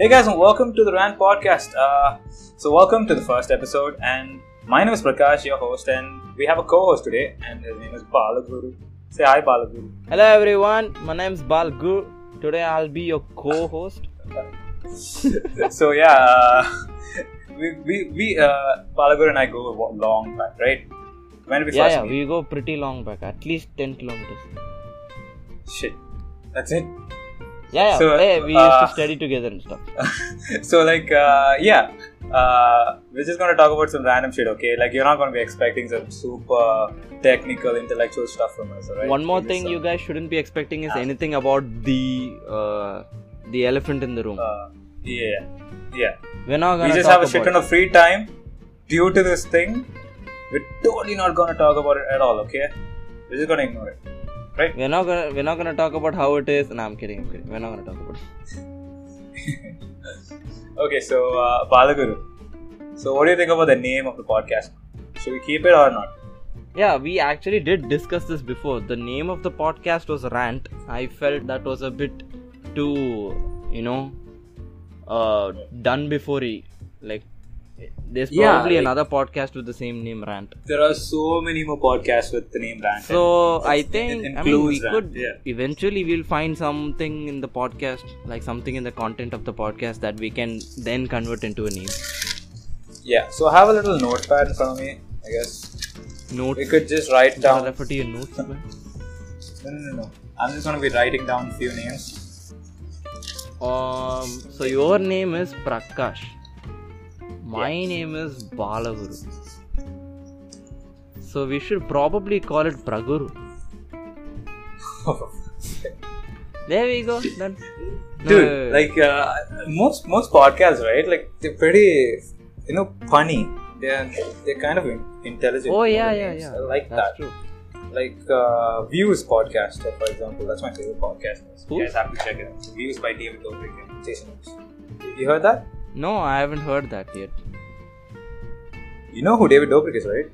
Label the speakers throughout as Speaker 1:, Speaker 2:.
Speaker 1: Hey guys, and welcome to the Rand Podcast. Uh, so, welcome to the first episode, and my name is Prakash, your host, and we have a co-host today, and his name is Balaguru. Say hi, Balaguru.
Speaker 2: Hello everyone, my name is Balgur. Today I'll be your co-host.
Speaker 1: so yeah, uh, we we, we uh, Balaguru and I go a wa- long back, right? When did we
Speaker 2: yeah,
Speaker 1: first
Speaker 2: yeah,
Speaker 1: meet?
Speaker 2: we go pretty long back, at least 10 kilometers.
Speaker 1: Shit, that's it.
Speaker 2: Yeah, yeah,
Speaker 1: So,
Speaker 2: hey, we used to
Speaker 1: uh,
Speaker 2: study together and stuff.
Speaker 1: so like uh, yeah uh, we're just gonna talk about some random shit okay like you're not gonna be expecting some super technical intellectual stuff from us all right Ah.
Speaker 2: One more
Speaker 1: Just,
Speaker 2: thing
Speaker 1: uh,
Speaker 2: you guys shouldn't be expecting is
Speaker 1: Yeah.
Speaker 2: anything about the uh, the elephant in the room.
Speaker 1: uh, yeah yeah
Speaker 2: We're not
Speaker 1: Uh, we
Speaker 2: gonna
Speaker 1: just
Speaker 2: talk
Speaker 1: have a shit ton
Speaker 2: about
Speaker 1: of free time due to this thing we're totally not gonna talk about it at all okay we're just gonna ignore it
Speaker 2: it. We're not gonna we're not gonna talk about how it is. No, I'm kidding. I'm kidding. We're not gonna talk about it.
Speaker 1: okay so uh, Balaguru so what do you think about the name of the podcast should we keep it or not
Speaker 2: Yeah, we actually did discuss this before. The name of the podcast was Rant. I felt that was a bit too, you know, uh, done before. e- Like, there's
Speaker 1: Yeah,
Speaker 2: probably
Speaker 1: like-
Speaker 2: another podcast with the same name, Rant.
Speaker 1: there are so many more podcasts with the name Rant
Speaker 2: So I
Speaker 1: It's-
Speaker 2: think
Speaker 1: it
Speaker 2: I mean
Speaker 1: includes
Speaker 2: we
Speaker 1: Rant,
Speaker 2: could
Speaker 1: yeah.
Speaker 2: eventually we'll find something in the podcast, like something in the content of the podcast that we can then convert into a name.
Speaker 1: Yeah, so I have a little notepad in front of me, I guess.
Speaker 2: Notes.
Speaker 1: We could just write
Speaker 2: Should I
Speaker 1: down. No,
Speaker 2: refer to your notes. man?
Speaker 1: no, no, no. I'm just gonna be writing down few names.
Speaker 2: Um, so your name is Prakash. My name is Balaguru. So we should probably call it Praguru. There we go. Done. No,
Speaker 1: Dude,
Speaker 2: wait, wait, wait.
Speaker 1: like uh, most most podcasts, right? Like they're pretty, you know, funny. They're they're kind of in- intelligent.
Speaker 2: oh yeah,
Speaker 1: names.
Speaker 2: yeah, yeah.
Speaker 1: I like that.
Speaker 2: That's true.
Speaker 1: Like uh, Views podcast, for example. That's my favorite podcast. You
Speaker 2: Who's?
Speaker 1: guys have to check it out. Views by David Dobrik and Jason. Lewis. You heard that?
Speaker 2: No, I haven't heard that yet.
Speaker 1: You know who David Dobrik is, right?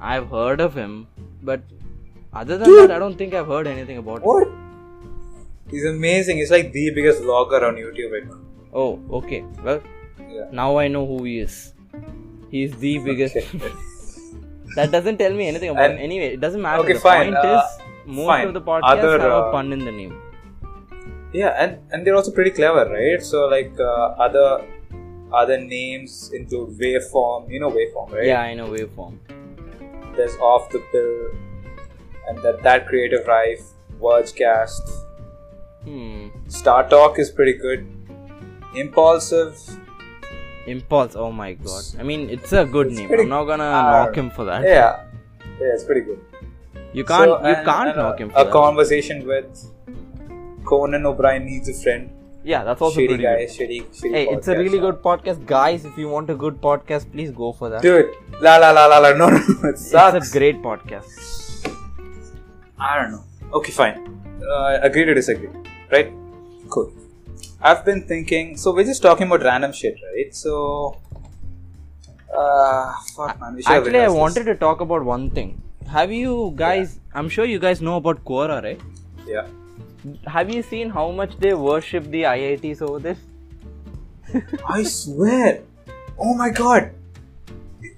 Speaker 2: I've heard of him, but other than
Speaker 1: Dude.
Speaker 2: that, I don't think I've heard anything about him.
Speaker 1: What? He's amazing. He's like the biggest vlogger on YouTube right now.
Speaker 2: Oh, okay. Well,
Speaker 1: Yeah.
Speaker 2: now I know who he is. He's the biggest. That doesn't tell me anything about
Speaker 1: And-
Speaker 2: it. Anyway, it doesn't matter.
Speaker 1: Okay,
Speaker 2: the
Speaker 1: fine,
Speaker 2: point
Speaker 1: uh,
Speaker 2: is, most
Speaker 1: fine.
Speaker 2: of the podcasts
Speaker 1: Other,
Speaker 2: have
Speaker 1: uh,
Speaker 2: a pun in the name.
Speaker 1: yeah, and and they're also pretty clever, right? So like uh, other other names include waveform. You know waveform, right?
Speaker 2: Yeah, I know waveform.
Speaker 1: There's off the pill, and that that creative rife, Vergecast,
Speaker 2: Hmm.
Speaker 1: Star Talk is pretty good. Impulsive.
Speaker 2: Impulse. Oh my god. I mean, it's a good
Speaker 1: It's
Speaker 2: name.
Speaker 1: pretty-
Speaker 2: I'm not gonna
Speaker 1: uh,
Speaker 2: knock him for that.
Speaker 1: Yeah, yeah, it's pretty good.
Speaker 2: You can't.
Speaker 1: So,
Speaker 2: you
Speaker 1: and-
Speaker 2: can't
Speaker 1: and a-
Speaker 2: knock him for
Speaker 1: A
Speaker 2: that.
Speaker 1: conversation with Conan O'Brien needs a friend.
Speaker 2: yeah, that's also
Speaker 1: shady
Speaker 2: pretty
Speaker 1: guy,
Speaker 2: good.
Speaker 1: shady, shady.
Speaker 2: Hey, it's a
Speaker 1: podcast.
Speaker 2: really good podcast, guys. If you want a good podcast, please go for that.
Speaker 1: Dude, la la la la la. No, no, no, it sucks.
Speaker 2: It's a great podcast.
Speaker 1: I don't know. Okay, fine. Uh, agree to disagree, right? Cool. I've been thinking. So we're just talking about random shit, right? So, uh, fuck, man. We should have
Speaker 2: Actually, I
Speaker 1: rehearsed this.
Speaker 2: wanted to talk about one thing. Have you guys? I'm sure you guys know about Quora, right?
Speaker 1: Yeah.
Speaker 2: Have you seen how much they worship the IITs over there?
Speaker 1: I swear. Oh my god.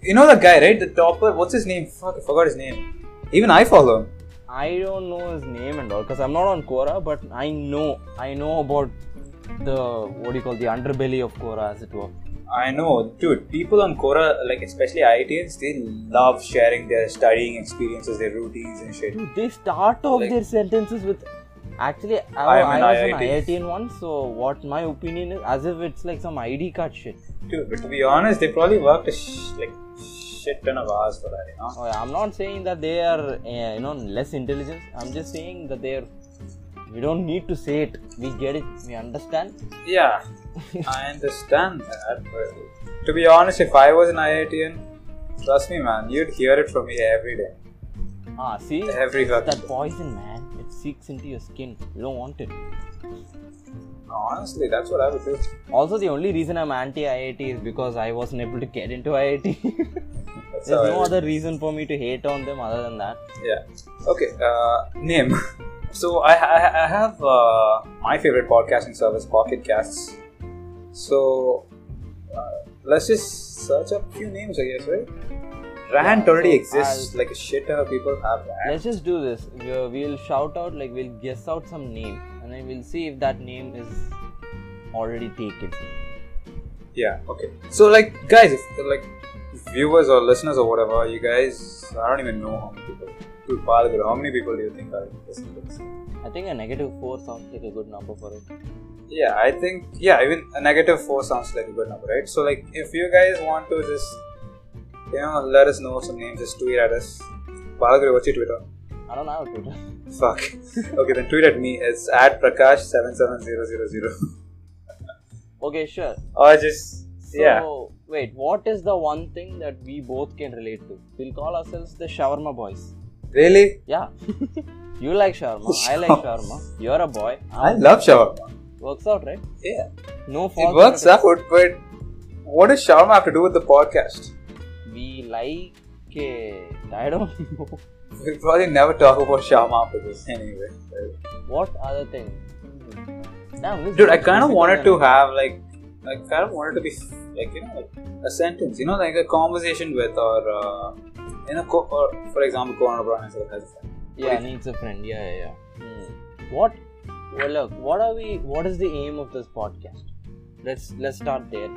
Speaker 1: You know that guy, right? The topper. What's his name? Fuck, I forgot his name. Even I follow him.
Speaker 2: I don't know his name and all because I'm not on Quora, but I know I know about the what do you call the underbelly of Quora, as it were.
Speaker 1: I know, dude. People on Quora, like especially IITs, they love sharing their studying experiences, their routines and shit.
Speaker 2: Dude, they start off
Speaker 1: Like-
Speaker 2: their sentences with actually
Speaker 1: I
Speaker 2: I,
Speaker 1: am
Speaker 2: I
Speaker 1: an
Speaker 2: was an
Speaker 1: IIT.
Speaker 2: IITian once, so what my opinion is as if it's like some ID card shit.
Speaker 1: Dude, but to be honest, they probably worked a sh- like shit ton of hours for that, you know.
Speaker 2: Oh, yeah, I'm not saying that they are uh, you know less intelligent. I'm just saying that they're we don't need to say it. We get it. We understand.
Speaker 1: Yeah, I understand that. But to be honest, if I was an IITian, trust me, man, you'd hear it from me every day,
Speaker 2: Ah, see.
Speaker 1: every fucking
Speaker 2: That
Speaker 1: day.
Speaker 2: poison, man, it seeks into your skin. You don't want it.
Speaker 1: Honestly, that's what I would do.
Speaker 2: Also, the only reason I'm anti IIT is because I wasn't able to get into IIT.
Speaker 1: That's
Speaker 2: There's
Speaker 1: how I
Speaker 2: no
Speaker 1: would-
Speaker 2: other reason for me to hate on them other than that.
Speaker 1: Yeah. Okay. Uh, name. So I, I, I have uh, my favorite podcasting service, Pocket Casts. So uh, let's just search up few names, I guess, right? Rant already
Speaker 2: so
Speaker 1: exists.
Speaker 2: I'll-
Speaker 1: like a shit ton of people have rant.
Speaker 2: Let's just do this. We'll, we'll shout out, like, we'll guess out some name, and then we'll see if that name is already taken.
Speaker 1: Yeah. Okay. So like, guys, if, like viewers or listeners or whatever, you guys, I don't even know how many people. To Palgar, how many people do you think are listening to this?
Speaker 2: I think a negative 4 sounds like a good number for it.
Speaker 1: Yeah, I think yeah, even a negative four sounds like a good number, right? So like if you guys want to just you know let us know some names, just tweet at us. Balagri, what's your Twitter?
Speaker 2: I don't know Twitter.
Speaker 1: Fuck. okay, then tweet at me. It's at Prakash seven seven zero zero zero.
Speaker 2: Okay, sure.
Speaker 1: Or just
Speaker 2: So,
Speaker 1: yeah.
Speaker 2: wait, what is the one thing that we both can relate to? We'll call ourselves the shawarma boys.
Speaker 1: Really?
Speaker 2: Yeah. you like shawarma, I like shawarma. You're a boy.
Speaker 1: I love shawarma.
Speaker 2: Works out, right?
Speaker 1: Yeah,
Speaker 2: No fault.
Speaker 1: it works
Speaker 2: benefit.
Speaker 1: out, but what does shawarma have to do with the podcast?
Speaker 2: We like it. I don't know.
Speaker 1: We'll probably never talk about shawarma after this anyway. right?
Speaker 2: What other thing? Damn, this
Speaker 1: Dude, I
Speaker 2: is
Speaker 1: kind of
Speaker 2: difficult
Speaker 1: wanted
Speaker 2: and-
Speaker 1: to have like, I kind of wanted to be like you know like a sentence, you know, like a conversation with or uh, you know, co- or for example, Conan O'Brien has a has a friend.
Speaker 2: Yeah, needs a friend. Yeah, yeah, yeah. Hmm. What? Well, look. What are we? What is the aim of this podcast? Let's let's start there.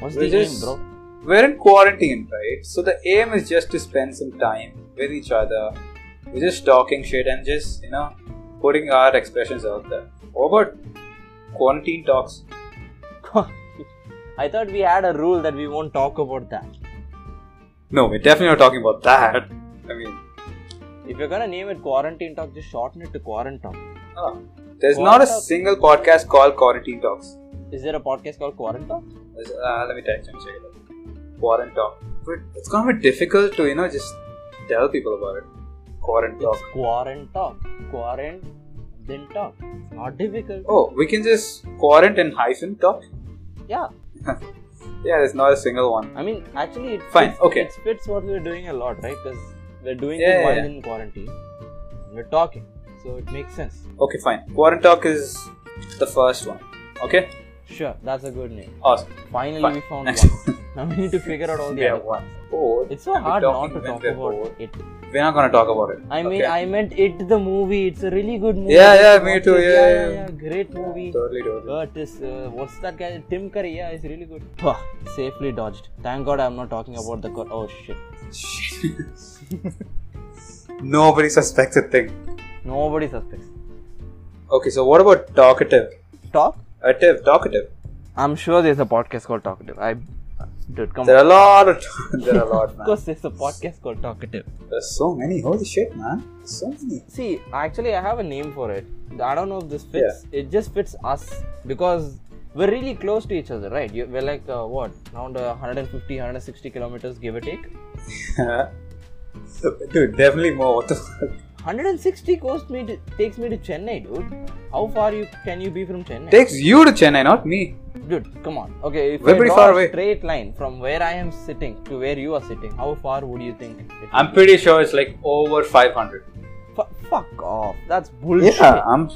Speaker 2: What's
Speaker 1: We're
Speaker 2: the aim,
Speaker 1: just-
Speaker 2: bro?
Speaker 1: We're in quarantine, right? So the aim is just to spend some time with each other. We're just talking shit and just you know putting our expressions out there. What about quarantine talks?
Speaker 2: I thought we had a rule that we won't talk about that.
Speaker 1: No, we're definitely not talking about that. I mean,
Speaker 2: If you're gonna name it quarantine talk, just shorten it to quarantine talk.
Speaker 1: ah, there's not a
Speaker 2: What a-
Speaker 1: single podcast called Quarantine Talks.
Speaker 2: Is there a podcast called quarantine talk?
Speaker 1: Uh, let me text and check it out. Quarant talk. But it's gonna be difficult to, you know, just tell people about it. Quarant talk.
Speaker 2: It's quarantine talk. Quarant then talk. It's not difficult.
Speaker 1: Oh, we can just quarant and hyphen talk?
Speaker 2: Yeah.
Speaker 1: Yeah, there's not a single one.
Speaker 2: I mean, actually, it
Speaker 1: Fine,
Speaker 2: Fits,
Speaker 1: okay.
Speaker 2: It fits what we're doing a lot, right? Because we're doing
Speaker 1: Yeah,
Speaker 2: it while
Speaker 1: yeah.
Speaker 2: in quarantine. And we're talking, so it makes sense.
Speaker 1: Okay, fine. Quarant talk is the first one. Okay?
Speaker 2: Sure, that's a good name.
Speaker 1: Awesome.
Speaker 2: Finally,
Speaker 1: Fine.
Speaker 2: we found
Speaker 1: Next
Speaker 2: one. now we need to figure out all
Speaker 1: We
Speaker 2: the
Speaker 1: have
Speaker 2: other.
Speaker 1: one. Oh,
Speaker 2: It's so
Speaker 1: we're
Speaker 2: hard not
Speaker 1: talking
Speaker 2: to
Speaker 1: when
Speaker 2: talk
Speaker 1: we're
Speaker 2: about
Speaker 1: bored.
Speaker 2: it.
Speaker 1: We're not gonna talk about it.
Speaker 2: I mean,
Speaker 1: okay?
Speaker 2: I meant it. The movie. It's a really good movie.
Speaker 1: Yeah,
Speaker 2: You
Speaker 1: yeah,
Speaker 2: should
Speaker 1: me
Speaker 2: watch
Speaker 1: too,
Speaker 2: it.
Speaker 1: yeah,
Speaker 2: yeah,
Speaker 1: yeah.
Speaker 2: Great movie.
Speaker 1: Totally, totally.
Speaker 2: But this, uh, what's that guy? Tim Curry. Yeah, it's really good. Huh, safely dodged. Thank God I'm not talking about the. Cor- oh shit.
Speaker 1: Nobody suspects a thing.
Speaker 2: Nobody suspects.
Speaker 1: Okay, so what about talkative?
Speaker 2: Talk.
Speaker 1: A tip, talkative.
Speaker 2: I'm sure there's a podcast called Talkative. I, dude, come
Speaker 1: There
Speaker 2: on.
Speaker 1: are a lot of there are a lot,
Speaker 2: Of
Speaker 1: man.
Speaker 2: course, there's a podcast called Talkative.
Speaker 1: There's so many. Holy shit, man. So many.
Speaker 2: See, actually, I have a name for it. I don't know if this fits. It just fits us because we're really close to each other, right? You, we're like uh, what around uh, 150, 160 kilometers, give or take.
Speaker 1: dude, definitely more. What the fuck?
Speaker 2: 160 goes me to, takes me to Chennai, dude. How far you can you be from Chennai?
Speaker 1: Takes you to Chennai, not me.
Speaker 2: dude, come on. Okay, if
Speaker 1: We're
Speaker 2: I
Speaker 1: pretty
Speaker 2: draw
Speaker 1: far
Speaker 2: a
Speaker 1: away.
Speaker 2: Straight line from where I am sitting to where you are sitting. How far would you think? It would
Speaker 1: I'm
Speaker 2: be?
Speaker 1: pretty sure it's like over 500.
Speaker 2: Fu- fuck off. That's bullshit.
Speaker 1: I'm.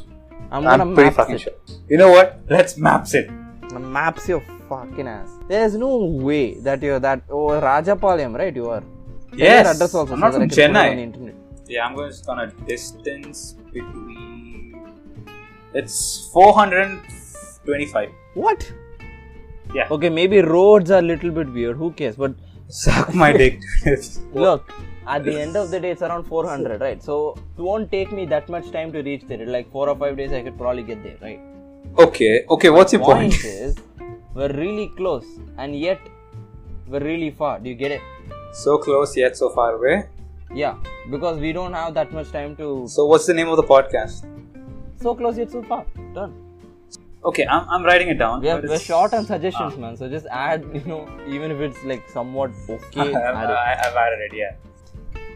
Speaker 2: I'm
Speaker 1: I'm,
Speaker 2: gonna
Speaker 1: pretty
Speaker 2: map
Speaker 1: fucking
Speaker 2: it.
Speaker 1: sure. You know what? Let's maps it.
Speaker 2: The maps your fucking ass. There's no way that you're that. Oh, Rajapalyam, right? You are. Tell your
Speaker 1: Yes.
Speaker 2: address also
Speaker 1: I'm
Speaker 2: so
Speaker 1: not
Speaker 2: that
Speaker 1: from
Speaker 2: I can put it
Speaker 1: Chennai.
Speaker 2: on the internet.
Speaker 1: Yeah, I'm just gonna distance between. It's 425.
Speaker 2: What?
Speaker 1: Yeah.
Speaker 2: Okay, maybe roads are a little bit weird. Who cares? But
Speaker 1: Suck my dick.
Speaker 2: look, at the end of the day, it's around 400, right? So it won't take me that much time to reach there. In Like four or five days, I could probably get there, right?
Speaker 1: okay, okay. What's your point?
Speaker 2: Point is, we're really close, and yet we're really far. Do you get it?
Speaker 1: So close yet so far away.
Speaker 2: Yeah, because we don't have that much time to.
Speaker 1: So what's the name of the podcast?
Speaker 2: So close yet so far. Done.
Speaker 1: Okay, I'm, I'm writing it down.
Speaker 2: We are,
Speaker 1: but
Speaker 2: we're
Speaker 1: it's-
Speaker 2: short on suggestions, man. So just add, you know, even if it's like somewhat okay. add it.
Speaker 1: I, I've added it, yeah.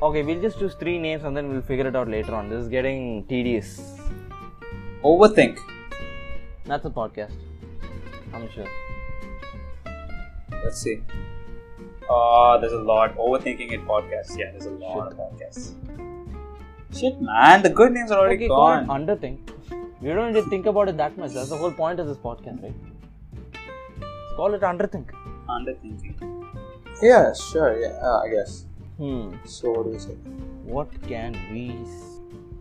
Speaker 2: Okay, we'll just choose three names and then we'll figure it out later on. This is getting tedious.
Speaker 1: Overthink.
Speaker 2: That's a podcast. I'm sure.
Speaker 1: Let's see. Uh, there's a lot. Overthinking it podcast. Yeah, there's a lot of podcasts. Shit, man. The good names are already
Speaker 2: Okay, call it
Speaker 1: gone.
Speaker 2: underthink. We don't need to think about it that much. That's the whole point of this podcast, right? Call it underthink.
Speaker 1: Underthinking. Yeah, sure. Yeah, uh, I guess.
Speaker 2: Hmm.
Speaker 1: So what do you say?
Speaker 2: What can we? s-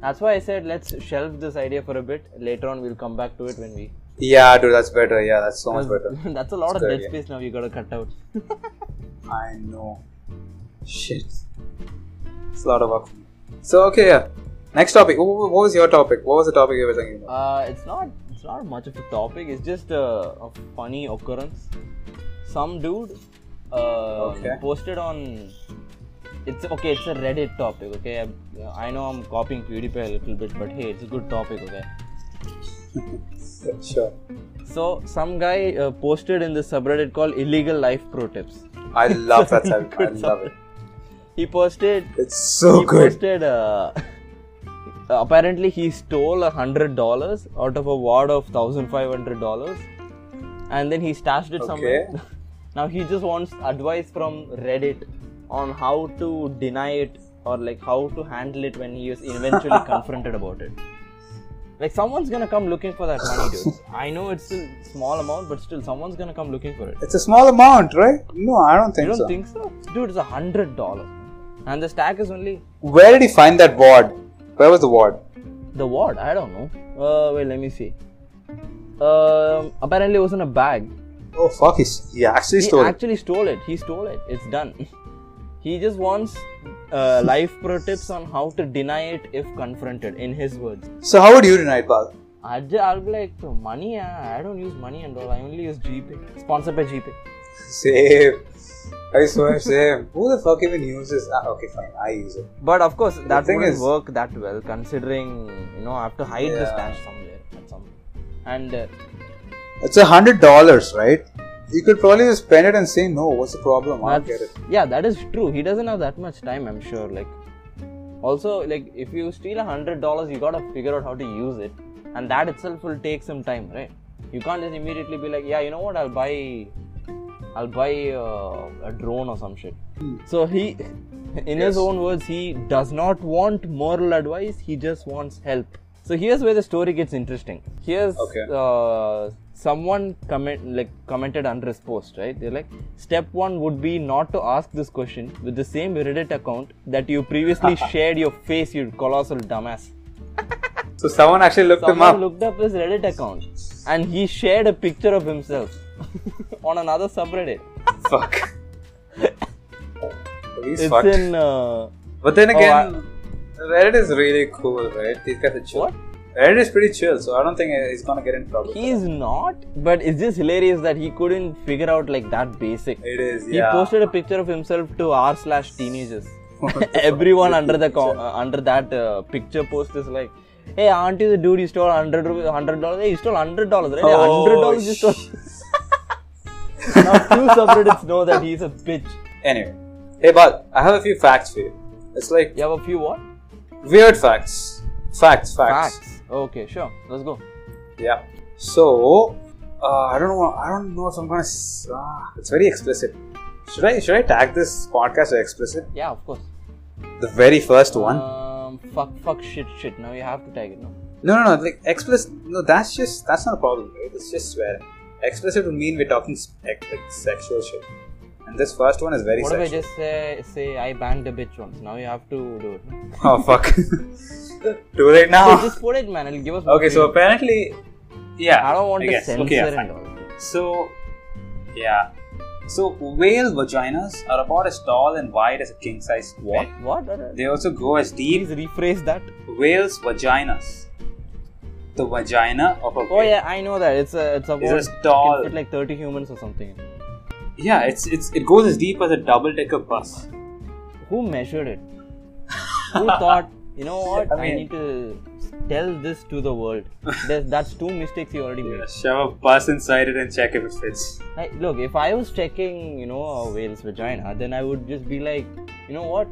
Speaker 2: That's why I said let's shelve this idea for a bit. Later on, we'll come back to it when we.
Speaker 1: Yeah, dude, that's better. Yeah, that's so much better.
Speaker 2: that's a lot
Speaker 1: It's
Speaker 2: of
Speaker 1: good
Speaker 2: dead
Speaker 1: idea.
Speaker 2: space now. You gotta cut out.
Speaker 1: I know. Shit. It's a lot of work. for me. So okay, yeah. Next topic. Wh- wh- What was your topic? What was the topic you were thinking about?
Speaker 2: Uh, it's not. It's not much of a topic. It's just a, a funny occurrence. Some dude uh,
Speaker 1: Okay.
Speaker 2: posted on. It's okay. It's a Reddit topic. Okay, I, I know I'm copying PewDiePie a little bit, but hey, it's a good topic. Okay.
Speaker 1: Sure.
Speaker 2: So some guy uh, posted in the subreddit called "Illegal Life Pro Tips."
Speaker 1: I love that topic. I love it.
Speaker 2: He posted.
Speaker 1: It's so
Speaker 2: he
Speaker 1: Oh, good.
Speaker 2: posted. Uh, apparently, he stole a hundred dollars out of a wad of thousand five hundred dollars, and then he stashed it somewhere.
Speaker 1: Okay.
Speaker 2: now he just wants advice from Reddit on how to deny it or like how to handle it when he is eventually confronted about it. Like someone's gonna come looking for that money, dude. I know it's a small amount, but still, someone's gonna come looking for it.
Speaker 1: It's a small amount, right? No, I don't think
Speaker 2: You don't
Speaker 1: so.
Speaker 2: think so? Dude, it's a hundred dollars. And the stack is only
Speaker 1: Where did he find that ward? Where was the ward?
Speaker 2: the ward. I don't know. Uh wait, let me see. Um apparently it was in a bag.
Speaker 1: Oh fuck! He's, he actually
Speaker 2: He
Speaker 1: stole it.
Speaker 2: actually stole it. He stole it. It's done. he just wants uh, life pro tips on how to deny it if confronted, in his words.
Speaker 1: So how would you deny it, Bal?
Speaker 2: I'd, ju- I'll be like, "So, money, ah, I don't use money and all. I only use GPay. Sponsored by GPay.
Speaker 1: Same. I swear, same. Who the fuck even uses? Ah, okay, fine. I use it.
Speaker 2: But of course, that
Speaker 1: thing
Speaker 2: wouldn't
Speaker 1: is-
Speaker 2: work that well, considering you know I have to hide the
Speaker 1: Yeah.
Speaker 2: stash somewhere at some. And uh,
Speaker 1: It's a hundred dollars, right? You could probably just spend it and say no. What's the problem? I don't get it.
Speaker 2: that's- yeah, that is true. He doesn't have that much time, I'm sure. Like, also, like if you steal a hundred dollars, you gotta figure out how to use it, and that itself will take some time, right? You can't just immediately be like, yeah, you know what? I'll buy, I'll buy uh, a drone or some shit. So he, in his own words, he does not want moral advice. He just wants help. So here's where the story gets interesting. Here's
Speaker 1: Okay.
Speaker 2: uh, someone comment like commented under his post, right? They're like, step one would be not to ask this question with the same Reddit account that you previously shared your face, you colossal dumbass.
Speaker 1: So someone actually looked him
Speaker 2: Someone
Speaker 1: up.
Speaker 2: looked up his Reddit account and he shared a picture of himself on another subreddit.
Speaker 1: Fuck. He's
Speaker 2: It's
Speaker 1: fucked.
Speaker 2: in uh,
Speaker 1: But then
Speaker 2: Oh,
Speaker 1: again, Reddit is really cool, right? These guys are chill.
Speaker 2: What?
Speaker 1: Reddit is pretty chill, so I don't think he's gonna get in trouble.
Speaker 2: He's not, but it's just hilarious that he couldn't figure out like that basic.
Speaker 1: it is,
Speaker 2: He
Speaker 1: yeah.
Speaker 2: posted a picture of himself to r slash teenagers. Everyone under the co- uh, under that uh, picture post is like, "Hey, aren't you the dude you stole hundred hundred dollars? Hey, you stole hundred dollars, right?
Speaker 1: Oh,
Speaker 2: Hundred dollars you stole." now two subreddits know that he's a bitch.
Speaker 1: Anyway, hey Bal, I have a few facts for you. It's like
Speaker 2: You have a few what?
Speaker 1: weird facts. Facts, facts.
Speaker 2: Okay, sure. Let's go.
Speaker 1: Yeah. So uh, I don't know. I don't know if I'm gonna. s- Ah, it's very explicit. Should I should I tag this podcast as explicit?
Speaker 2: Yeah, of course.
Speaker 1: The very first one.
Speaker 2: Um, fuck, fuck, shit, shit. Now you have to tag it. No.
Speaker 1: No, no, no. Like explicit. No, that's just that's not a problem. Right? It's just swearing. Explicit would mean we're talking s- ex- like sexual shit, and this first one is very
Speaker 2: What if I
Speaker 1: sexual.
Speaker 2: just say say I banged a bitch once? Now you have to do it.
Speaker 1: oh fuck! Too late
Speaker 2: Hey,
Speaker 1: now.
Speaker 2: just put it, man. It'll give us. more
Speaker 1: Okay, so
Speaker 2: freedom.
Speaker 1: apparently, yeah.
Speaker 2: I don't want
Speaker 1: I
Speaker 2: to
Speaker 1: guess.
Speaker 2: censor
Speaker 1: Okay, yeah, fine.
Speaker 2: and all.
Speaker 1: So, yeah. So whale vaginas are about as tall and wide as a king size
Speaker 2: What? What? What?
Speaker 1: They also go as deep.
Speaker 2: Please rephrase that.
Speaker 1: Whales' vaginas. The vagina of a whale.
Speaker 2: Oh yeah, I know that. It's a it's a
Speaker 1: It's
Speaker 2: word.
Speaker 1: just tall.
Speaker 2: Can fit like thirty humans or something.
Speaker 1: Yeah, it's it's it goes as deep as a double-decker bus.
Speaker 2: Who measured it? Who thought? You know what?
Speaker 1: I
Speaker 2: I,
Speaker 1: mean-
Speaker 2: need to tell this to the world. There's, that's two mistakes you already made.
Speaker 1: Shove a bus inside it and check if it fits.
Speaker 2: Like, look, if I was checking, you know, a whale's vagina, then I would just be like, you know what?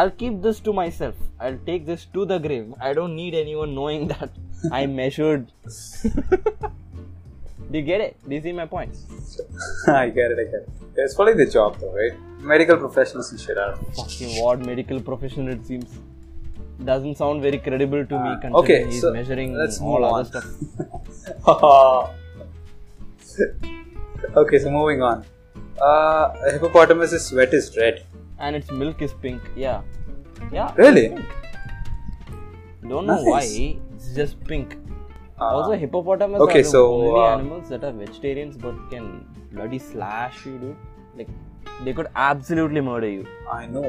Speaker 2: I'll keep this to myself. I'll take this to the grave. I don't need anyone knowing that I measured. Do you get it? Do you see my point?
Speaker 1: I get it, I get it. It's probably the job though, right? Medical professionals and shit, I don't know.
Speaker 2: Fucking what medical professional it seems. Doesn't sound very credible to me considering
Speaker 1: Ah, okay,
Speaker 2: he's
Speaker 1: so
Speaker 2: measuring
Speaker 1: let's
Speaker 2: all
Speaker 1: move
Speaker 2: other
Speaker 1: on.
Speaker 2: stuff.
Speaker 1: Okay, so moving on. Uh, a hippopotamus's sweat is red.
Speaker 2: and its milk is pink. Yeah, yeah. it's
Speaker 1: Really?
Speaker 2: pink. Don't know why.
Speaker 1: Eh, Nice.
Speaker 2: It's just pink.
Speaker 1: Uh,
Speaker 2: also, hippopotamus
Speaker 1: okay,
Speaker 2: are the
Speaker 1: so,
Speaker 2: only
Speaker 1: uh,
Speaker 2: animals that are vegetarians but can bloody slash you, dude. Like they could absolutely murder you.
Speaker 1: I know.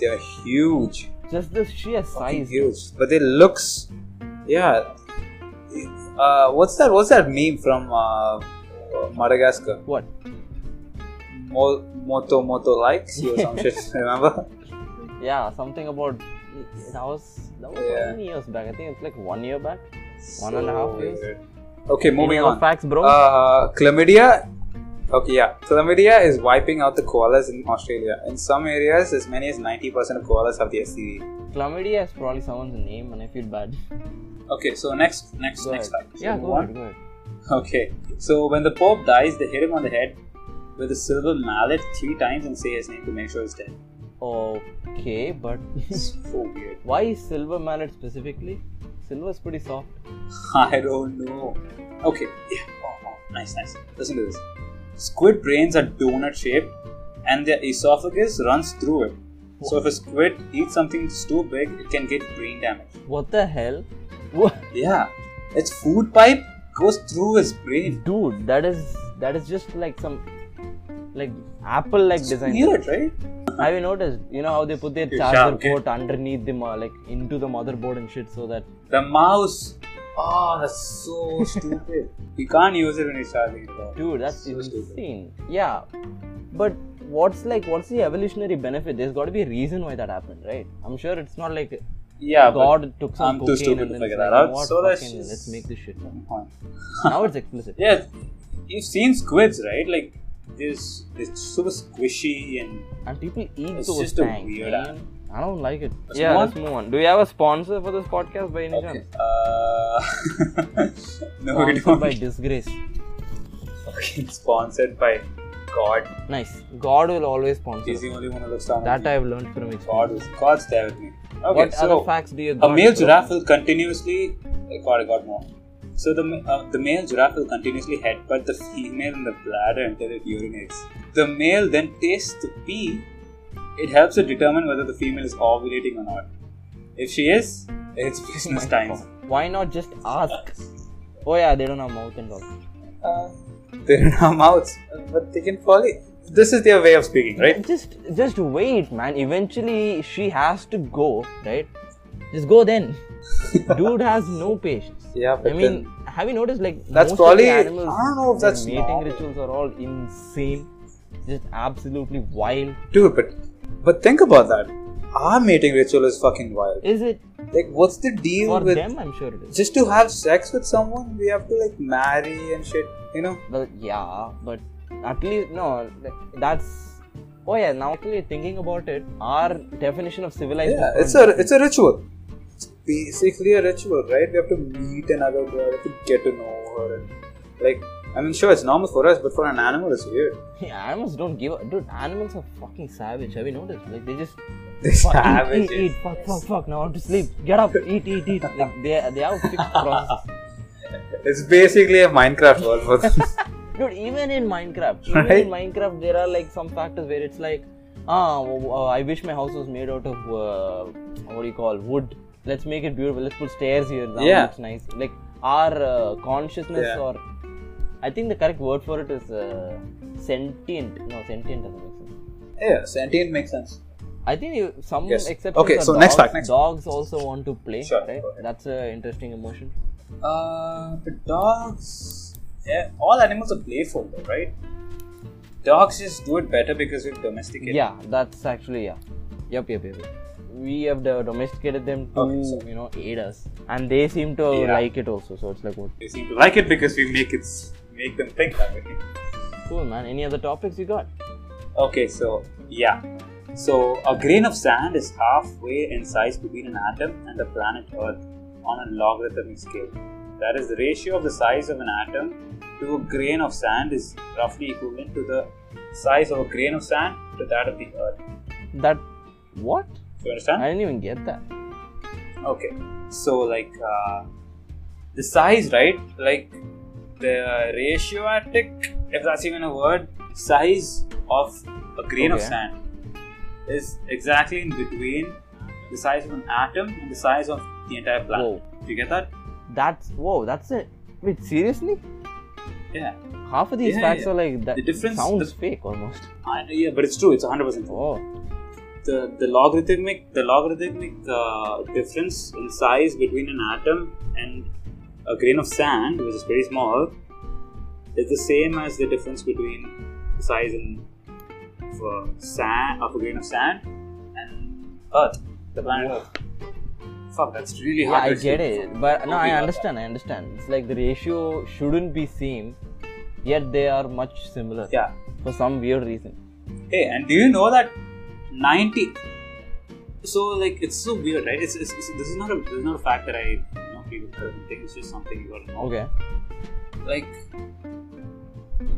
Speaker 1: They are huge.
Speaker 2: Just the sheer
Speaker 1: Fucking
Speaker 2: size.
Speaker 1: huge. But they looks. Yeah. Uh, what's that? What's that meme from uh, Madagascar?
Speaker 2: What?
Speaker 1: Mo- Moto Moto likes you or some shit. Remember?
Speaker 2: Yeah, something about that was that was
Speaker 1: Yeah.
Speaker 2: how many years back? I think it's like one year back. One and a half years.
Speaker 1: weird. Okay, moving
Speaker 2: Any other
Speaker 1: on.
Speaker 2: facts, bro.
Speaker 1: Uh, chlamydia. Okay, yeah. Chlamydia is wiping out the koalas in Australia. In some areas, as many as 90% of koalas have the STD.
Speaker 2: Chlamydia is probably someone's name, and I feel bad.
Speaker 1: Okay, so next, next,
Speaker 2: Go
Speaker 1: next
Speaker 2: ahead.
Speaker 1: fact.
Speaker 2: Yeah,
Speaker 1: Number
Speaker 2: go
Speaker 1: one.
Speaker 2: ahead, go ahead.
Speaker 1: Okay, so when the Pope dies, they hit him on the head with a silver mallet three times and say his name to make sure he's dead.
Speaker 2: Okay, but
Speaker 1: It's so weird.
Speaker 2: why silver mallet specifically? Silver is pretty soft.
Speaker 1: I don't know. Okay, yeah. Oh, oh, nice, nice. Listen to this. Squid brains are donut shaped and their esophagus runs through it. So if a squid eats something that's too big, it can get brain damage.
Speaker 2: What the hell? What?
Speaker 1: Yeah, its food pipe goes through his brain.
Speaker 2: Dude, that is that is just like some like apple like
Speaker 1: It's
Speaker 2: design.
Speaker 1: weird, right?
Speaker 2: Have you noticed? You know how they put their
Speaker 1: Okay,
Speaker 2: charger
Speaker 1: Shyam, okay.
Speaker 2: port underneath the mo- like into the motherboard and shit so that
Speaker 1: The mouse.
Speaker 2: Ah,
Speaker 1: Oh, that's so stupid. You can't use it when you're charging it. off.
Speaker 2: dude that's
Speaker 1: So stupid.
Speaker 2: insane. Yeah. But what's like what's the evolutionary benefit? There's gotta be a reason why that happened, right? I'm sure it's not like
Speaker 1: Yeah, but
Speaker 2: God took some
Speaker 1: I'm too
Speaker 2: cocaine
Speaker 1: stupid
Speaker 2: and
Speaker 1: to
Speaker 2: then
Speaker 1: figure
Speaker 2: it's
Speaker 1: that
Speaker 2: like,
Speaker 1: out,
Speaker 2: "What
Speaker 1: so that's
Speaker 2: fucking-
Speaker 1: just-
Speaker 2: let's make this shit.
Speaker 1: Come on.
Speaker 2: now it's explicit.
Speaker 1: yeah, you've seen squids, right? Like this, it's super squishy and
Speaker 2: And people eat
Speaker 1: It's
Speaker 2: those
Speaker 1: just a
Speaker 2: things.
Speaker 1: weird
Speaker 2: man.
Speaker 1: app.
Speaker 2: I don't like it.
Speaker 1: Let's
Speaker 2: yeah,
Speaker 1: move on.
Speaker 2: let's move on. Do you have a sponsor for this podcast by any
Speaker 1: okay.
Speaker 2: chance?
Speaker 1: Uh, no, we
Speaker 2: Sponsored
Speaker 1: don't.
Speaker 2: by disgrace.
Speaker 1: Fucking sponsored by God.
Speaker 2: Nice. God will always sponsor.
Speaker 1: He's the only one who looks down.
Speaker 2: That
Speaker 1: on me.
Speaker 2: I've learned from experience.
Speaker 1: God is God's there with me. Okay,
Speaker 2: what
Speaker 1: so
Speaker 2: other facts do you
Speaker 1: A
Speaker 2: got?
Speaker 1: male
Speaker 2: bro?
Speaker 1: giraffe will continuously. I got, I got more. So the ma- uh, the male giraffe will continuously headbutt the female in the bladder until it urinates. The male then tastes the pee. It helps to determine whether the female is ovulating or not. If she is, it's business time.
Speaker 2: Why not just ask? Oh yeah, they don't have mouth and all.
Speaker 1: Uh, they don't have mouths, but they can probably. This is their way of speaking, right?
Speaker 2: Just just wait, man. Eventually she has to go, right? Just go then. Dude has no patience.
Speaker 1: Yeah,
Speaker 2: I mean, have you noticed like
Speaker 1: That's
Speaker 2: most
Speaker 1: probably-
Speaker 2: of the animals,
Speaker 1: I don't know if
Speaker 2: their
Speaker 1: that's
Speaker 2: mating
Speaker 1: normal.
Speaker 2: rituals are all insane, just absolutely wild.
Speaker 1: dude, but but think about that. Our mating ritual is fucking wild.
Speaker 2: Is it
Speaker 1: Like, what's the deal
Speaker 2: for
Speaker 1: with
Speaker 2: them? I'm sure it is.
Speaker 1: just to have sex with someone we have to like marry and shit you know
Speaker 2: Well, yeah, but at least no, th- that's. Oh yeah, now actually thinking about it, our definition of civilized.
Speaker 1: yeah
Speaker 2: is
Speaker 1: it's a
Speaker 2: not-
Speaker 1: it's a ritual it's basically a ritual right we have to meet another girl we have to get to know her and like i mean sure it's normal for us but for an animal it's weird
Speaker 2: Yeah, animals don't give. a Dude, animals are fucking savage. Have you noticed? Like they just
Speaker 1: they
Speaker 2: fuck,
Speaker 1: savage
Speaker 2: eat, eat, eat, fuck, fuck, fuck. Now I want to sleep. Get up, eat, eat, eat. Like they they have fixed processes.
Speaker 1: it's basically a minecraft world for them
Speaker 2: Dude, even in Minecraft, even in Minecraft, there are like some factors where it's like, ah, w- w- uh, I wish my house was made out of uh, what do you call wood. Let's make it beautiful. Let's put stairs here. That
Speaker 1: Yeah.
Speaker 2: looks nice. Like our uh, consciousness,
Speaker 1: Yeah.
Speaker 2: or I think the correct word for it is uh, sentient. No, sentient doesn't make sense.
Speaker 1: yeah sentient makes sense
Speaker 2: I think you, some
Speaker 1: Yes.
Speaker 2: exceptions
Speaker 1: Okay,
Speaker 2: are
Speaker 1: so
Speaker 2: dogs.
Speaker 1: next fact, next
Speaker 2: dogs also want to play.
Speaker 1: Sure,
Speaker 2: right?
Speaker 1: go ahead.
Speaker 2: That's an interesting emotion.
Speaker 1: uh the dogs yeah, all animals are playful though, right dogs just do it better because we've domesticated
Speaker 2: Yeah, that's actually yeah. Yep, yep, yep. yep. We have the domesticated them to
Speaker 1: Okay, so-
Speaker 2: you know aid us, and they seem to
Speaker 1: Yeah.
Speaker 2: like it also. So it's like what
Speaker 1: they seem to like it because we make it make them think that way
Speaker 2: cool, man. Any other topics you got?
Speaker 1: Okay, so yeah. So a grain of sand is halfway in size between an atom and the planet Earth on a logarithmic scale. That is, the ratio of the size of an atom to a grain of sand is roughly equivalent to the size of a grain of sand to that of the Earth.
Speaker 2: That what?
Speaker 1: You understand?
Speaker 2: I didn't even get that.
Speaker 1: Okay. So like uh, the size, right? Like the ratio attic if that's even a word, size of a grain of
Speaker 2: Okay.
Speaker 1: sand is exactly in between the size of an atom and the size of the entire planet.
Speaker 2: Whoa.
Speaker 1: Do you get that?
Speaker 2: That's whoa. That's it. Wait, seriously?
Speaker 1: Yeah.
Speaker 2: Half of these
Speaker 1: Yeah,
Speaker 2: facts
Speaker 1: yeah.
Speaker 2: are like that.
Speaker 1: The difference-
Speaker 2: sounds fake almost.
Speaker 1: I, yeah, but it's true. It's 100% true.
Speaker 2: Oh,
Speaker 1: The, the logarithmic the logarithmic uh, difference in size between an atom and a grain of sand, which is very small, is the same as the difference between the size in, of, a sand, of a grain of sand and Earth, the planet Earth. Fuck, that's really
Speaker 2: yeah,
Speaker 1: hard.
Speaker 2: I
Speaker 1: to
Speaker 2: get
Speaker 1: explain.
Speaker 2: it. But no,
Speaker 1: Okay,
Speaker 2: I
Speaker 1: yeah.
Speaker 2: understand. I understand. It's like the ratio shouldn't be same, yet they are much similar
Speaker 1: Yeah.
Speaker 2: for some weird reason.
Speaker 1: Hey, and do you know that 90? So like it's so weird, right? It's, it's, it's this is not a this is not a fact that I you know people think it's just something you gotta know.
Speaker 2: Okay.
Speaker 1: Like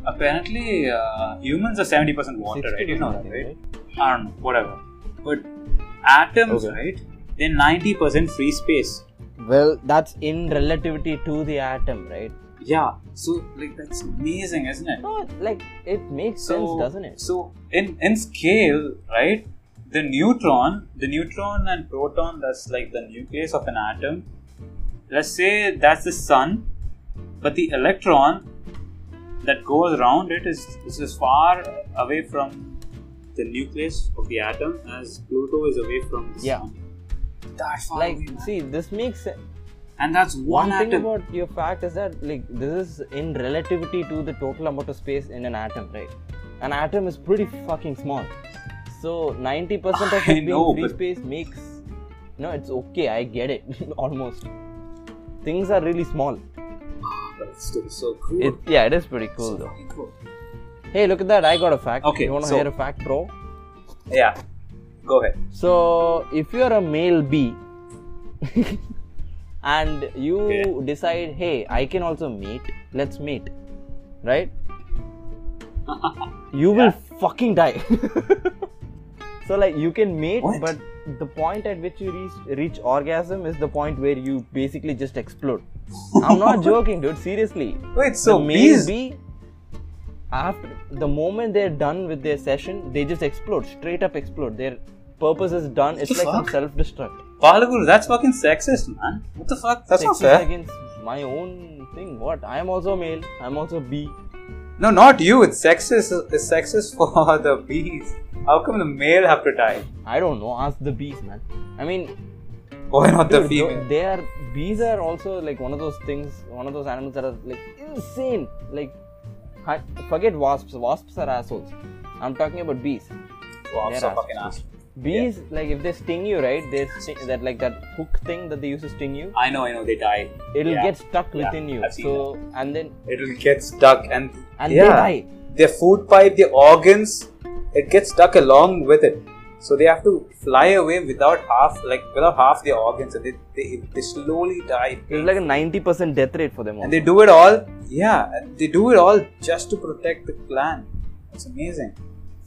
Speaker 1: apparently uh, humans are seventy percent water, right? You know that,
Speaker 2: 60%,
Speaker 1: right? I don't know, whatever. But atoms,
Speaker 2: Okay.
Speaker 1: right? They're ninety percent free space.
Speaker 2: Well, that's in relativity to the atom, right?
Speaker 1: Yeah. So like that's amazing, isn't it?
Speaker 2: No, like it makes sense, doesn't it?
Speaker 1: So in in scale, right? The neutron, the neutron and proton, that's like the nucleus of an atom. Let's say that's the sun, but the electron that goes around it is is as far away from the nucleus of the atom as Pluto is away from the
Speaker 2: Yeah.
Speaker 1: sun. That far
Speaker 2: Like,
Speaker 1: away, man.
Speaker 2: see, this makes sense.
Speaker 1: and that's
Speaker 2: One
Speaker 1: one,
Speaker 2: thing
Speaker 1: atom.
Speaker 2: about your fact is that, like, this is in relativity to the total amount of space in an atom, right? An atom is pretty fucking small. So, 90% of
Speaker 1: I
Speaker 2: it being
Speaker 1: know,
Speaker 2: free
Speaker 1: but-
Speaker 2: space makes. No, it's okay, I get it, almost. Things are really small.
Speaker 1: Ah, but it's still so cool.
Speaker 2: It, yeah, it is pretty
Speaker 1: so
Speaker 2: cool though.
Speaker 1: fucking cool.
Speaker 2: Hey, look at that, I got a fact.
Speaker 1: Okay,
Speaker 2: You wanna
Speaker 1: so-
Speaker 2: hear a fact, bro?
Speaker 1: Yeah. Go ahead.
Speaker 2: So, if you're a male bee and you
Speaker 1: Okay.
Speaker 2: decide, hey, I can also mate, let's mate, right? you will fucking die. so, like, you can mate,
Speaker 1: What?
Speaker 2: but the point at which you reach, reach orgasm is the point where you basically just explode. I'm not joking, dude, seriously.
Speaker 1: Wait, so
Speaker 2: the male
Speaker 1: bees
Speaker 2: bee, after the moment they're done with their session, they just explode, straight up explode. Their purpose is done. It's like some
Speaker 1: Fuck.
Speaker 2: self-destruct.
Speaker 1: Balaguru, that's fucking sexist, man. What the fuck? That's
Speaker 2: Sexist
Speaker 1: not fair.
Speaker 2: against my own thing. What? I'm also a male. I'm also a bee.
Speaker 1: No, not you. It's sexist. It's sexist for the bees. How come the male have to die?
Speaker 2: I don't know. Ask the bees, man. I mean,
Speaker 1: Why not the
Speaker 2: dude,
Speaker 1: female?
Speaker 2: they are bees are also like one of those things, one of those animals that are like insane. Like, hi- forget wasps. Wasps are assholes. I'm talking about bees.
Speaker 1: Wow,
Speaker 2: they're
Speaker 1: so
Speaker 2: assholes.
Speaker 1: fucking ass.
Speaker 2: Bees, like if they sting you, right? They sting, that like that hook thing that they use to sting you.
Speaker 1: I know, I know. They die.
Speaker 2: It'll
Speaker 1: Yeah.
Speaker 2: get stuck within you.
Speaker 1: I've seen
Speaker 2: so and then
Speaker 1: It'll get stuck and
Speaker 2: and
Speaker 1: yeah,
Speaker 2: they die.
Speaker 1: their food pipe, their organs, it gets stuck along with it. So they have to fly away without half, like without half their organs, and they they, they slowly die.
Speaker 2: It's like a ninety percent death rate for them.
Speaker 1: And they do it all. Yeah, and they do it all just to protect the clan. It's amazing.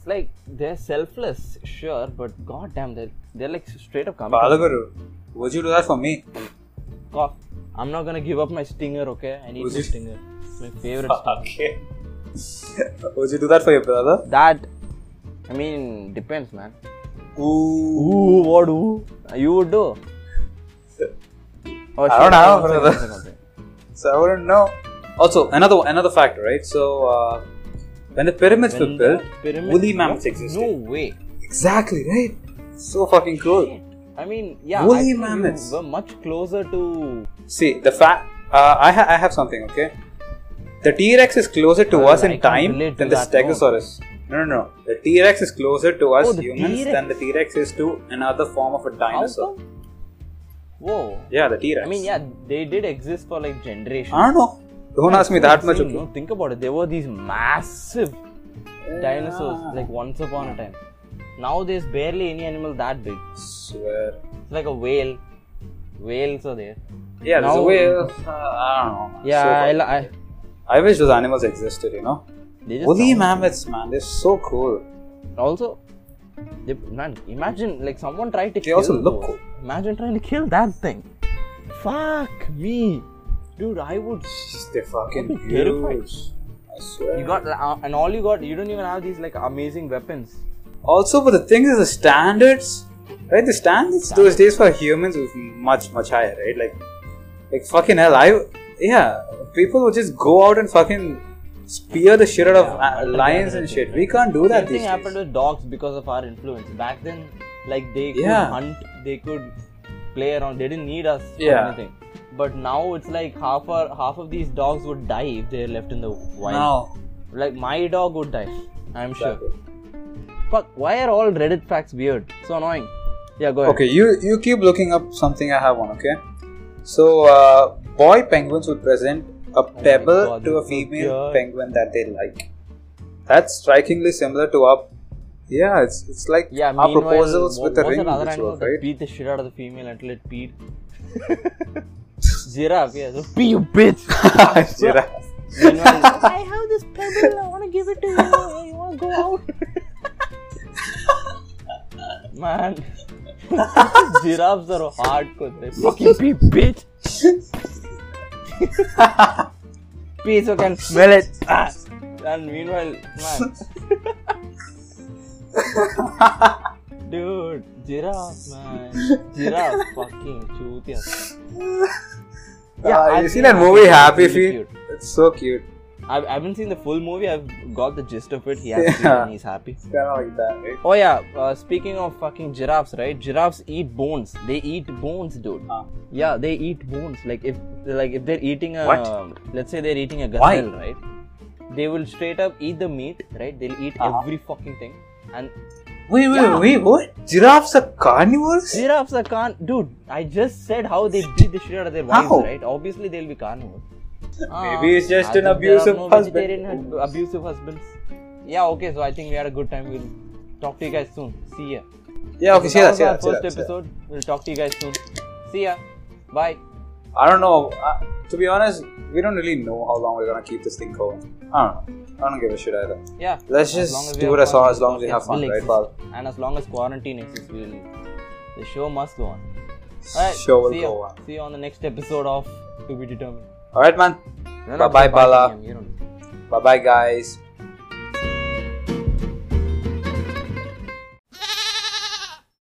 Speaker 2: it's like they're selfless, sure, but goddamn, they're they're like straight up coming.
Speaker 1: Balaguru, would you do that for me?
Speaker 2: Cough. I'm not gonna give up my stinger, okay? I need
Speaker 1: Was
Speaker 2: my
Speaker 1: it-
Speaker 2: stinger. It's my favorite. stinger.
Speaker 1: Okay. would you do that for your brother?
Speaker 2: That, I mean, depends, man.
Speaker 1: Ooh.
Speaker 2: Ooh, what ooh? You would do? Oh,
Speaker 1: I
Speaker 2: shit,
Speaker 1: don't know,
Speaker 2: one second,
Speaker 1: brother.
Speaker 2: one second, one second.
Speaker 1: So I wouldn't know. Also, another another factor, right? So uh, when the pyramids
Speaker 2: When
Speaker 1: were built,
Speaker 2: the pyramid-
Speaker 1: woolly mammoths
Speaker 2: No-
Speaker 1: existed.
Speaker 2: No way.
Speaker 1: Exactly, right? So fucking cool.
Speaker 2: Shit. I mean, yeah,
Speaker 1: Woolly
Speaker 2: I think you
Speaker 1: mammoths.
Speaker 2: We're much closer to.
Speaker 1: See, the fact uh, I ha- I have something. Okay, the T Rex is closer to
Speaker 2: Well,
Speaker 1: us
Speaker 2: Oh, I
Speaker 1: in
Speaker 2: can't
Speaker 1: time
Speaker 2: relate to
Speaker 1: than the
Speaker 2: that, no.
Speaker 1: Stegosaurus. No, no, no. The T Rex is closer to us
Speaker 2: Oh, the
Speaker 1: humans
Speaker 2: T-Rex.
Speaker 1: than the T Rex is to another form of a
Speaker 2: How
Speaker 1: dinosaur.
Speaker 2: come? Whoa.
Speaker 1: Yeah, the T Rex.
Speaker 2: I mean, yeah, they did exist for like generations.
Speaker 1: I don't know. Don't ask me
Speaker 2: It's
Speaker 1: that much.
Speaker 2: insane,
Speaker 1: Okay?
Speaker 2: no? Think about it. There were these massive dinosaurs
Speaker 1: Yeah.
Speaker 2: like once upon a time. Now there's barely any animal that big.
Speaker 1: Swear.
Speaker 2: It's like a whale. Whales are there.
Speaker 1: Yeah, there's a
Speaker 2: Now-
Speaker 1: whale. Uh, I don't know.
Speaker 2: Yeah,
Speaker 1: So
Speaker 2: I,
Speaker 1: fucking-
Speaker 2: li- I,
Speaker 1: I wish those animals existed, you know.
Speaker 2: they just
Speaker 1: Woolly
Speaker 2: sound-
Speaker 1: mammoths, man, they're so cool.
Speaker 2: also they, man, imagine like someone tried to
Speaker 1: They
Speaker 2: kill
Speaker 1: also look
Speaker 2: those.
Speaker 1: cool.
Speaker 2: imagine trying to kill that thing fuck me dude i would
Speaker 1: Jeez, They're fucking
Speaker 2: Terrified.
Speaker 1: huge. I swear.
Speaker 2: You got uh, and all you got. You don't even have these like amazing weapons.
Speaker 1: also, but the thing is, the standards, right? The standards, those days for humans was much much higher, right? Like, like fucking hell, I yeah, people would just go out and fucking spear the shit out of uh, lions and shit. We can't do that
Speaker 2: Same thing
Speaker 1: these
Speaker 2: happened
Speaker 1: days.
Speaker 2: with dogs because of our influence. Back then, like they could
Speaker 1: Yeah.
Speaker 2: hunt, they could play around. They didn't need us
Speaker 1: Yeah.
Speaker 2: for anything. But now it's like half our, half of these dogs would die if they're left in the wild.
Speaker 1: Now,
Speaker 2: Like my dog would die. I'm sure.
Speaker 1: Exactly.
Speaker 2: Fuck. Why are all Reddit facts weird? So annoying. Yeah. Go ahead.
Speaker 1: okay, you you keep looking up something. I have one. Okay, so uh, boy penguins would present a pebble
Speaker 2: Oh God,
Speaker 1: to a
Speaker 2: this is
Speaker 1: female
Speaker 2: weird.
Speaker 1: penguin that they like. That's strikingly similar to our. Yeah, it's it's like
Speaker 2: Yeah,
Speaker 1: our
Speaker 2: meanwhile,
Speaker 1: proposals
Speaker 2: what
Speaker 1: with the
Speaker 2: was
Speaker 1: ring
Speaker 2: that other
Speaker 1: ritual,
Speaker 2: animal that
Speaker 1: right?
Speaker 2: beat the shit out of the female until it peed? Giraffe, yeah. So pee, you bitch!
Speaker 1: Giraffe.
Speaker 2: meanwhile, I have this pebble, I wanna give it to you, you wanna go out? Man. Giraffes are hardcore. They fucking pee, bitch! pee so can smell it. Ah. And meanwhile, man. Dude, giraffe, man. Giraffe fucking chutias.
Speaker 1: Uh,
Speaker 2: I've
Speaker 1: you seen
Speaker 2: seen
Speaker 1: that
Speaker 2: Happy
Speaker 1: movie
Speaker 2: Feet,
Speaker 1: Happy
Speaker 2: really
Speaker 1: Feet?
Speaker 2: cute.
Speaker 1: It's so cute.
Speaker 2: I, I haven't seen the full movie. I've got the gist of it. He has
Speaker 1: Yeah.
Speaker 2: feet and he's happy.
Speaker 1: It's kind of like that, right?
Speaker 2: Oh yeah. Uh, speaking of fucking giraffes, right? Giraffes eat bones. They eat bones, dude.
Speaker 1: Ah.
Speaker 2: Yeah, they eat bones. Like if like if they're eating a
Speaker 1: What?
Speaker 2: let's say they're eating a
Speaker 1: Why?
Speaker 2: gazelle, right? They will straight up eat the meat, right? They'll eat
Speaker 1: Uh-huh.
Speaker 2: every fucking thing. And
Speaker 1: Wait, wait,
Speaker 2: Yeah.
Speaker 1: wait, what? Giraffes are carnivores?
Speaker 2: giraffes are can dude. I just said how they beat the shit out of their wives,
Speaker 1: How?
Speaker 2: right? Obviously they'll be carnivores.
Speaker 1: Maybe it's just
Speaker 2: as
Speaker 1: an
Speaker 2: if there are
Speaker 1: abusive
Speaker 2: no
Speaker 1: husband.
Speaker 2: vegetarian hus- abusive husbands. Yeah, okay, so I think we had a good time. We'll talk to you guys soon. See ya.
Speaker 1: Yeah, okay,
Speaker 2: So
Speaker 1: see
Speaker 2: that
Speaker 1: that,
Speaker 2: was
Speaker 1: see
Speaker 2: our
Speaker 1: that, see
Speaker 2: first
Speaker 1: that, see that.
Speaker 2: episode. We'll talk to you guys soon. See ya. Bye.
Speaker 1: I don't know. Uh, to be honest, we don't really know how long we're gonna keep this thing going. I don't know. I don't give a shit either.
Speaker 2: Yeah.
Speaker 1: Let's
Speaker 2: As
Speaker 1: just
Speaker 2: long as we
Speaker 1: do
Speaker 2: have
Speaker 1: it as,
Speaker 2: fun,
Speaker 1: as long as we
Speaker 2: podcast
Speaker 1: have fun,
Speaker 2: will
Speaker 1: right,
Speaker 2: exist.
Speaker 1: Paul?
Speaker 2: And as long as quarantine exists, we'll the show must go on. Alright.
Speaker 1: Show will
Speaker 2: see
Speaker 1: go
Speaker 2: ya.
Speaker 1: on.
Speaker 2: See you on the next episode of To Be Determined.
Speaker 1: Alright, man.
Speaker 2: No, no,
Speaker 1: Bye-bye,
Speaker 2: it's not
Speaker 1: Bala.
Speaker 2: Bala. You don't-
Speaker 1: Bye bye, guys.